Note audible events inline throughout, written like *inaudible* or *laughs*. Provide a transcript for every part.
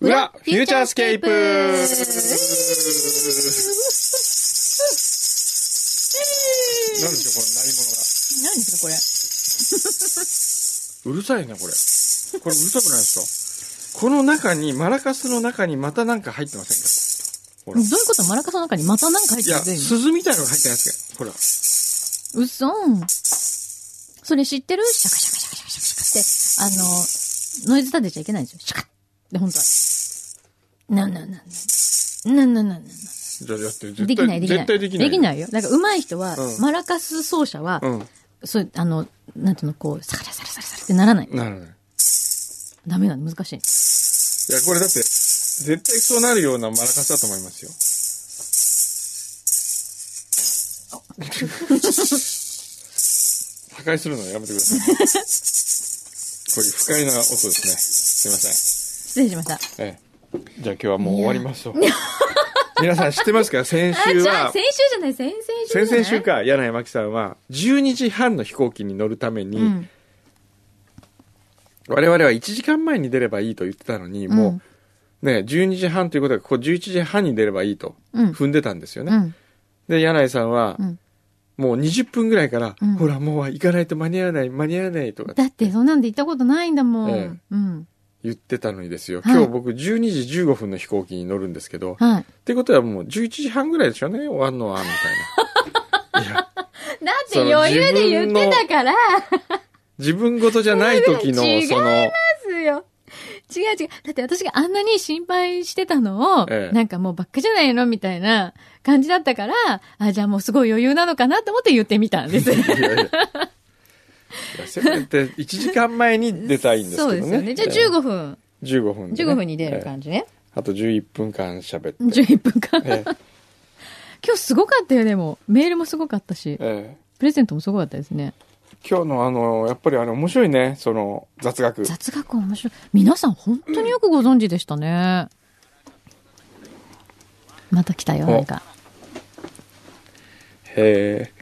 ューチャースケープなんでしょう、この鳴り物が。何ですかこれうるさいね、これ。これうるさくないですかこの中に、マラカスの中にまたなんか入ってませんかほどら。ういいうことマラカスの中にまたなんか入ってや、る鈴みたいのが入ってないですけど、ほら。うそんそれ知ってるシャカシャカシャカシャカシャカってあのノイズ立てちゃいけないんですよシャカって本当はなんなんなんなんなんなんなんじゃあやって、絶対できないできない絶対できない。い。よなんか上手い人は、うんマラカス奏者は、うん。そうあのなんていうのこうサカラサラサラサラってならないなるほど。ダメなの難しいいや、これだって、絶対そうなるようなマラカスだと思いますよ。破壊するのやめてください。こういう不快な音ですね。すいませ失礼しましたん。ええ。じゃあ今日はもう終わりましょう。皆さん知ってますか先週じゃあは先、週じゃない先々週じゃな先い々週か、柳井真紀さんは、12時半の飛行機に乗るために、うん我々は1時間前に出ればいいと言ってたのに、もう、ね、12時半ということは、ここ11時半に出ればいいとうん踏んでたんですよね。うんで、柳井さんは、うんもう20分ぐらいから、うんほら、もう行かないと間に合わない、間に合わないとかだってそんなんで行ったことないんだもん、ええうん言ってたのにですよ。はい今日僕12時15分の飛行機に乗るんですけど、はいってことはもう11時半ぐらいでしょうね、終わんのは、み *laughs* たいな。いや、だって余裕で言ってたから自分事じゃない時の、違いますその、ですよ違う違うだって私があんなに心配してたのを、ええなんかもうバッカじゃないのみたいな感じだったからあじゃあもうすごい余裕なのかなと思って言ってみたんですいやいや。いやせめて1時間前に出たいんですけどそね。うですよねじゃあ15分、ええ15分でね、 15分に出る感じね、ええあと11分間喋って。 11分間え *laughs* え今日すごかったよでもメールもすごかったしええプレゼントもすごかったですね今日のあの、やっぱりあれ面白いね、その雑学。雑学面白い皆さん本当によくご存知でしたね、また来たよおなんかへ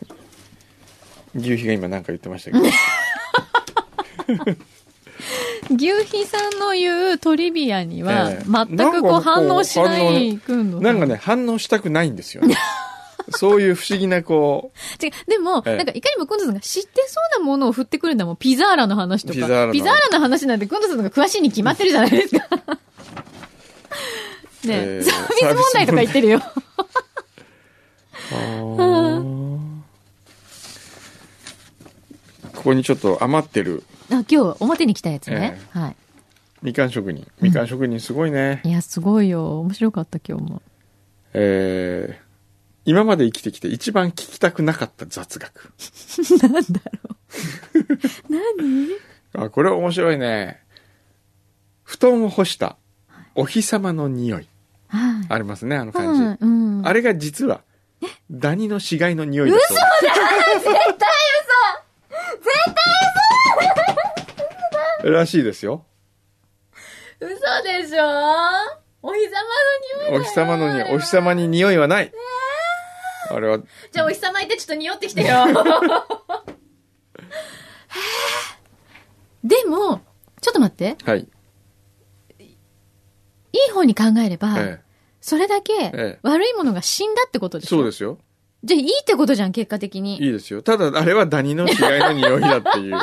え。牛皮が今なんか言ってましたけ *laughs* ど。牛皮さんの言うトリビアにはええ全くこう反応しななんいくのなんかね、反応したくないんですよ *laughs* ね。そういう不思議なこ違うでも、ええなんかいかにもくんどさんが知ってそうなものを振ってくるんだもんピザーラの話とかピザーラのの話なんてくんどさんの方が詳しいに決まってるじゃないです *laughs* かねえええサービス問題とか言ってるよう。ここにちょっと余ってるあ今日表に来たやつね、えはいみかん職人。みかん職人すごいね。いやすごいよ面白かった今日もえー今まで生きてきて一番聞きたくなかった雑学。 *laughs* なんだ *laughs* ろう。何あ、これ面白いね。布団を干したお日様の匂い。はい。ありますね、あの感じ。はい。うん。あれが実は、ダニの死骸の匂いだそうです。嘘だ絶対嘘絶対嘘らしいですよ。嘘でしょお日様の匂いだよお日様の匂い、お日様に匂いはない。あれは、じゃあお日様行ってちょっと匂ってきてよ。へーでも、ちょっと待って。はい。いい方に考えれば、えそれだえけ悪いものが死んだってことえ、でしょそうですよ。じゃあいいってことじゃん、結果的に。いいですよ。ただ、あれはダニの死骸の匂いだって *laughs* いう。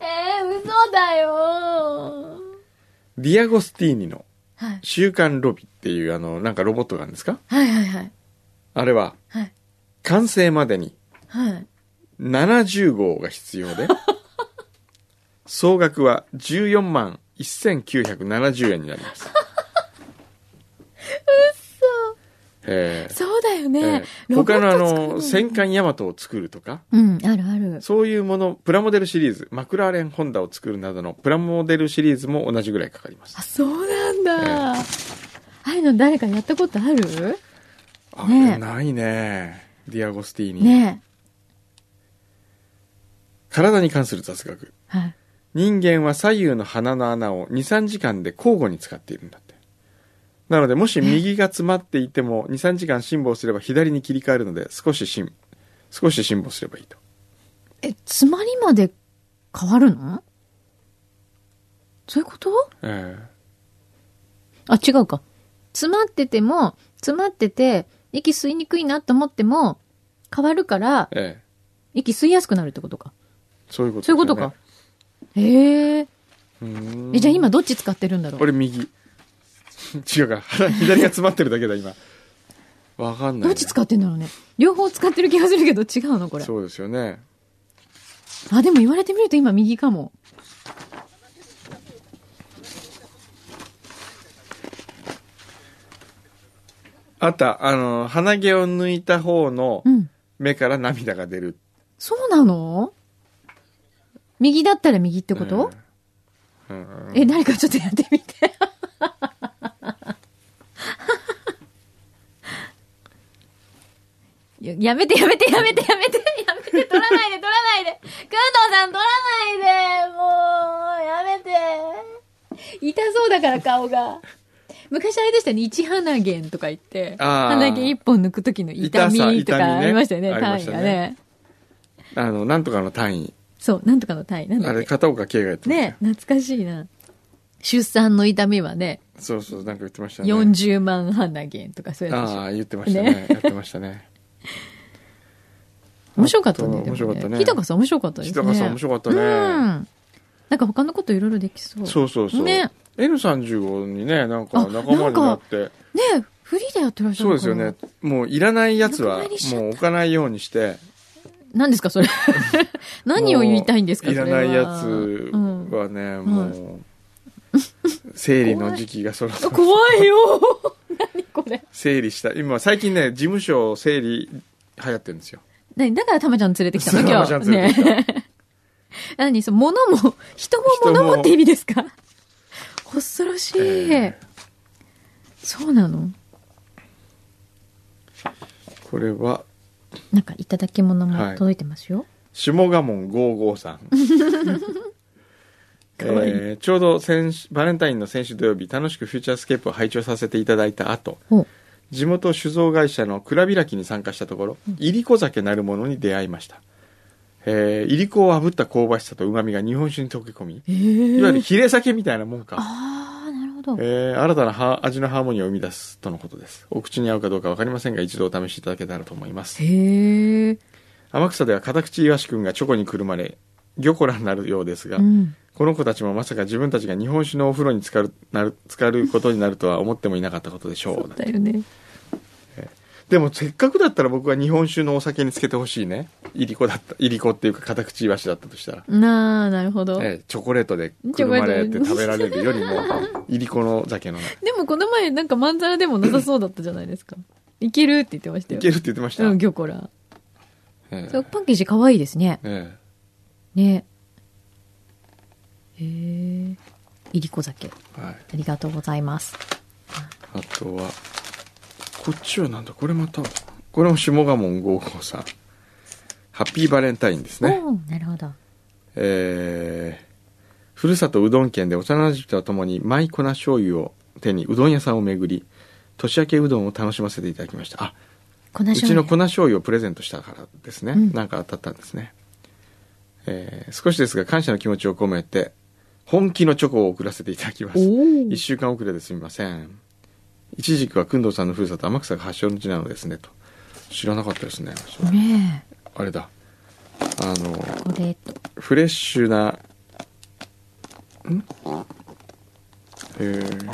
えー、嘘だよディアゴスティーニのはい。週刊ロビっていう、あの、なんかロボットがあるんですかはいはいはい。あれは、はい。完成までにはい。 70号が必要 *laughs* で総額は14万1970円になりますそう。えーそうだよ *laughs* ね。えーロボ他ッのあト作るの戦艦ヤマトを作るとかうん、あるある。そういうものプラモデルシリーズマクラーレンホンダを作るなどのプラモデルシリーズも同じぐらいかかりますあ、そうなんだ。ああいうの誰かやったことあるあ、ねえないねディアゴスティーニ、ね体に関する雑学え。はい。人間は左右の鼻の穴を23時間で交互に使っているんだってなのでもし右が詰まっていても23時間辛抱すれば左に切り替えるので少し辛少し辛抱すればいいとえ、詰まりまで変わるのそういうことええあ、違うか。詰まってても、詰まってて、息吸いにくいなと思っても、変わるから、ええ。息吸いやすくなるってことか。そういうことですそうよいうね、ことか。へえ。うーんえ、じゃあ今どっち使ってるんだろう俺右。 *laughs* 違うか。 *laughs* 腹左が詰まってるだけだ、今。わかんない、どっち使ってんだろうね。両方使ってる気がするけど違うのこれ。そうですよね。あ、でも言われてみると今右かも。あと、あの、鼻毛を抜いた方のうん。目から涙が出る。そうなの右だったら右ってこと、うん、うんえ、誰かちょっとやってみて。 *laughs* ややめてやめてやめてやめてやめて取らないで取らないでくんどうさん取らないでもうやめて痛そうだから顔が昔あれでしたよね一鼻毛とか言ってあー鼻毛一本抜く時の痛痛さみ痛とみねかありましたよねありま単位したねがねあの、なんとかの単位。そうなんとかの単位なんだあっれ、け片岡慶がやってましたよね懐かしいな出産の痛みはねそうそう、なんか言ってましたね。 40万鼻毛とかそういうやつでしあょあ、言ってましたね。ねやってました *laughs* ね。面白かったねあとでも面白かったね日高さん面白かったです日ね高さん面白かったうね。んなんか他のこといろいろできそうそうそうそう。ね N35 にね、なんあか仲間になって。ねえフリーでやってらっしゃそうるのでかすよらね。もういらないやつは仲間入りしちゃっもうた置かないようにして。何ですか *laughs* それ何を言いたいんですかもうそいれらはないやつうんはね、もう、生理の時期がそろ *laughs* そろ怖いよ *laughs* 何これ整理した。今、最近ね、事務所整理流行ってるんですよ。何だからたまちゃん連れてきたの今そうタマ日ちゃん連れてきたね *laughs* 何その物も人も物人ももって意味ですか *laughs* 恐ろしい、えそうなのこれは、なんかいただき物もはい届いてますよ、下鴨55さん。かわいいえーちょうど先週バレンタインの先週土曜日楽しくフューチャースケープを拝聴させていただいた後ほう地元酒造会社の蔵開きに参加したところいりこ酒なるものに出会いました、えーいりこを炙った香ばしさと旨味が日本酒に溶け込みえいわゆるー、ヒレ酒みたいなもんか、ああなるほど、えー新たなは味のハーモニーを生み出すとのことですお口に合うかどうか分かりませんが一度お試しいただけたらと思いますへえ、天草では片口いわしくんがチョコにくるまれ魚コラになるようですが、うん、この子たちもまさか自分たちが日本酒のお風呂に浸かるなる浸かることになるとは思ってもいなかったことでしょそううだよねでもせっかくだったら僕は日本酒のお酒につけてほしいねいりこだったいりこっていうか片口いわしだったとしたら、なあなるほど、ええチョコレートでくるまれて食べられるよりもいりこの酒のでもこの前なんかまんざらでもなさそうだったじゃないですかいけるって言ってましたいよけるって言ってました、うん、魚コラ。ええそう、パッケージ可愛いですね。ええね。へえ。いりこ酒。あはい、りがとうございます。あとはこっちはなんだこれまたこれも下鴨55さんハッピーバレンタインですねおーなるほど。えーふるさとうどん県で幼馴染とともに舞粉醤油を手にうどん屋さんを巡り年明けうどんを楽しませていただきましたあ粉う醤ち油の粉醤油をプレゼントしたからですね、うんなんか当たったんですね、えー少しですが感謝の気持ちを込めて本気のチョコを送らせていただきますおー1週間遅れですみませんいちじくは工藤さんのふるさと天草が発祥の地なのですねと知らなかったですねそれねえ。あれだあのこれ *laughs* と。フレッシュな、んえー、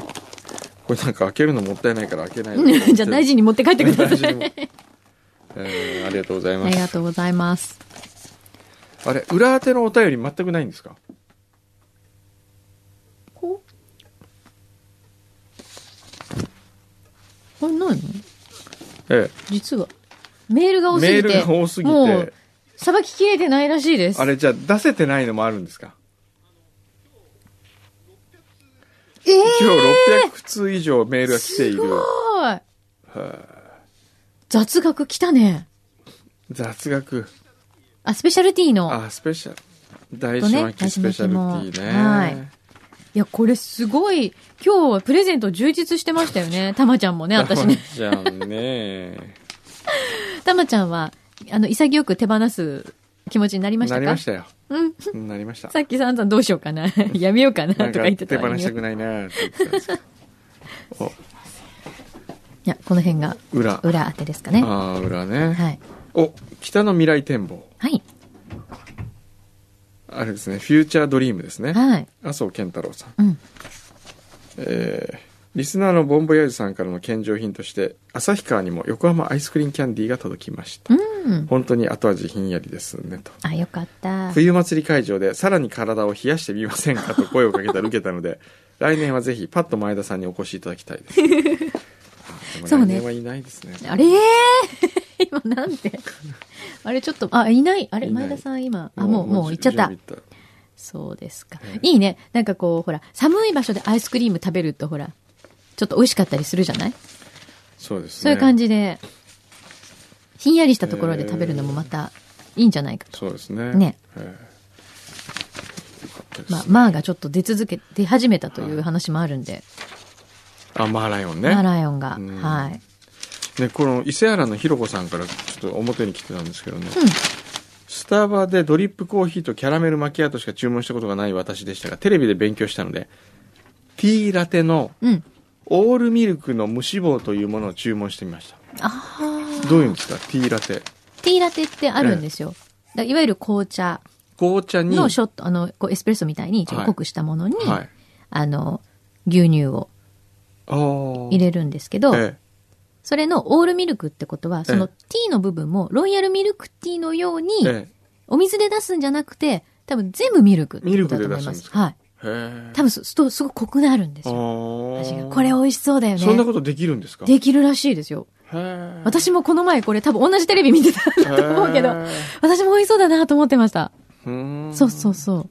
これなんか開けるのもったいないから開けないで *laughs* じゃあ大事に持って帰ってくだ大さ事い。にえーありがとうございあまりがす。とうございます。あれ、裏当てのお便り全くないんですかこう。これないのえ実は。メールがえ。多すメぎーて。ルが多すぎもてう、、さばききれてないらしいです。あれじゃあ出せてないのもあるんですかえー今日600通以上メールが来ていする。ごい雑学来たね。雑学。あ、スペシャルティーの。あ、スペシャル。大島大巻ス島ペ記シャルティもはいーね。いや、これすごい、今日はプレゼント充実してましたよね。たまちゃ *laughs* んもね、私ね。じゃん *laughs* ね。たまちゃんは、あの、潔く手放す気持ちになりましたなかりましたよ。うん。なりました。さ *laughs* っきさんざんどうしようかな。やめようかな、となんかか言ってた手の放にしたくないなって言ってたんですけどおいや、この辺が裏。裏当てですかね。はああ、裏ね。い。お、北の未来展望。はい。あれですね、フューチャードリームですね。はい。麻生健太郎さん。うん。えーリスナーのボンボヤージュさんからの献上品として、旭川にも横浜アイスクリーンキャンディーが届きました。うん。本当に後味ひんやりですね、と。あ、よかった。冬祭り会場でさらに体を冷やしてみませんかと声をかけたら受けたの *laughs* で来年はぜひパッと前田さんにお越しいただきたいですあーでそもう来ね年はいないですねあれ *laughs* 今なんて。 *laughs* あれちょっと、あ、いない。あれいない前田さん今、あ、もう、もう行っちゃった準。備行っそうですかえ。えいいね。なんかこう、ほら、寒い場所でアイスクリーム食べると、ほら、ちょっと美味しかったりするじゃないそうですねそういう感じじで、ひんやりしたところで食べるのもまたいいんじゃないかと。そうですねねえーよかったですまあ、マーがちょっと出続け、出始めたという話もあるんで、あマーライオンマーねライオンが。うんはい。ねこの伊勢原のひろこさんからちょっと表に来てたんですけどね、うんスタバでドリップコーヒーとキャラメルマキアートしか注文したことがない私でしたがテレビで勉強したのでティーラテのうん。オールミルクの無脂肪というものを注文してみましたああ。どういうんですかティーラテティーラテってあるんですよ。だいわゆる紅茶紅茶にのショット、あの、こうエスプレッソみたいにちょっと濃くしたものに、はいあの、牛乳をあー入れるんですけど、えそれのオールミルクってことは、そのえティーの部分もロイヤルミルクティーのようにえ、えお水で出すんじゃなくて、多分全部ミルクってことだと思ミいルクで出すんまですす。かはい。えへえ多分す、すと、すごく濃くなるんですよ。味がこれ美味しそうだよね。そんなことできるんですかできるらしいですよ。へえ私もこの前これ多分同じテレビ見てたんだと思うけへど、私も美味しそうだなと思ってました。えん *laughs* そうそうそ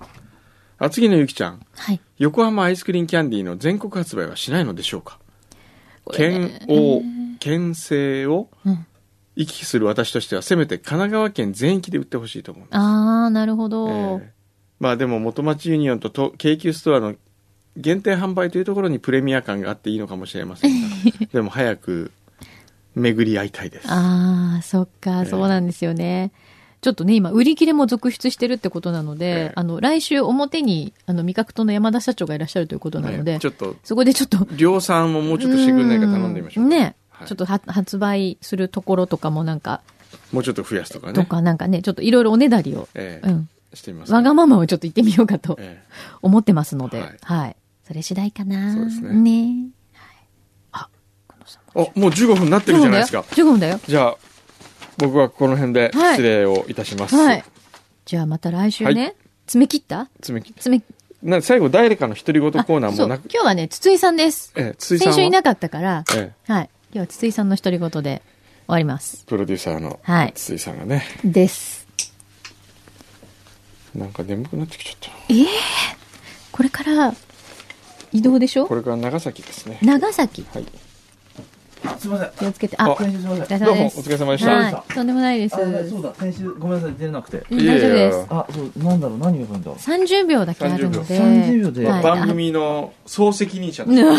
う。厚木のゆきちゃんはい。横浜アイスクリーンキャンディーの全国発売はしないのでしょうかこれね県を県政をうん。行き来する私としてはせめて神奈川県全域で売ってほしいと思うあー、なるほど。ええまあでも元町ユニオンとと京急ストアの限定販売というところにプレミア感があっていいのかもしれませ *laughs* んがでも早く巡り会いたいですあー、そっえか、えそうなんですよね。ちょっとね、今、売り切れも続出してるってことなので、ええあの、来週表に、あの、味覚党の山田社長がいらっしゃるということなので、ねちょっとそこでちょっと、量産をもうちょっとしてくれないか頼んでみましょううんね、はいちょっとは発売するところとかもなんか、もうちょっと増やすとかねとかなんかね、ちょっといろいろおねだりを、ええうん、してみます、わがままをちょっと言ってみようかとええ思ってますので、はいはい。それ次第かな。そうですねはい。あ、このさんも。あもう15分になってるじゃないですか15分だよ。じゃあ僕はこの辺ではい失礼をいたします、はい。じゃあまた来週ね。はい詰め切ったつめき詰め、な最後誰かの独り言コーナーもなそうく、今日はね、筒井さんです。ええ、筒井さん先は週いなかったから、ええはい。今日は筒井さんの独り言で終わります。プロデューサーのはい筒井さんがねです。なんか眠くなってきちゃったなこれから、移動でしょこれから長崎ですね。長崎。はい。すみません。気をつけて。あ、あ先週すみませ大ん。ど丈う夫もおです。疲れ様でしはた。はい。とんでもないです。あ、そうだ。先週ごめんなさい出れなくて。うん大丈夫です。あ、そうなんだろう何が来るんだ。 30秒だけあるので。 30秒ではい番組の総責任者です。あー、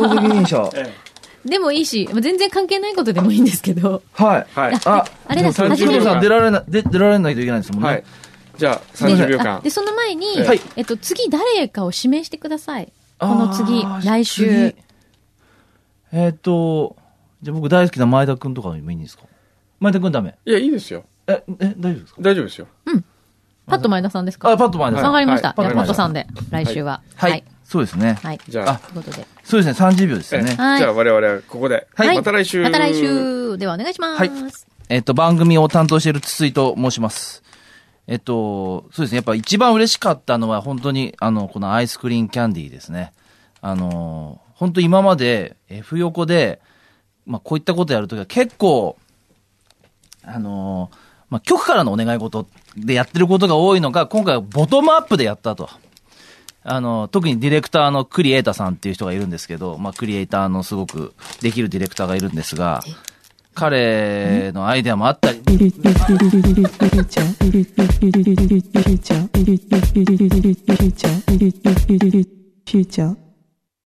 ご責任者。 *laughs* えでもいいし、全然関係ないことでもいいんですけど。はい。えはい。あ、あれだ、でもヒ30初めロ秒てさん出られな出出られないといけないですもんね。はい。じゃあ、い30秒あ間で、。その前に、はいえっと、次誰かを指名してください。この次あ、ー来週。。次えーっと、じゃあ僕大好きな前田くんとかでもいいんですか。前田くんダメ。いや、いいですよ。え、え大丈夫ですか。大丈夫ですよ。パッと前田さんですかあ、パッと前田はさいわん。かりました。はいじゃあパッとさんで、来週は。はい。。そうですね。はい。じゃああ、ということで。そうですね。30秒ですよねええ。じゃあ我々はここで。はいまた来週。また来。週。ではお願いしまはいす。えっと、番組を担当している筒井と申します。えっと、そうですね。やっぱ一番嬉しかったのは、本当に、あの、このアイスクリーンキャンディーですね。あの、本当今まで、F 横で、まあ、こういったことやるときは結構、あの、まあ、局からのお願い事でやってることが多いのが、今回はボトムアップでやったと。あの、特にディレクターのクリエイターさんっていう人がいるんですけど、まあ、クリエイターのすごくできるディレクターがいるんですが、彼のアイデアもあったり、 Future.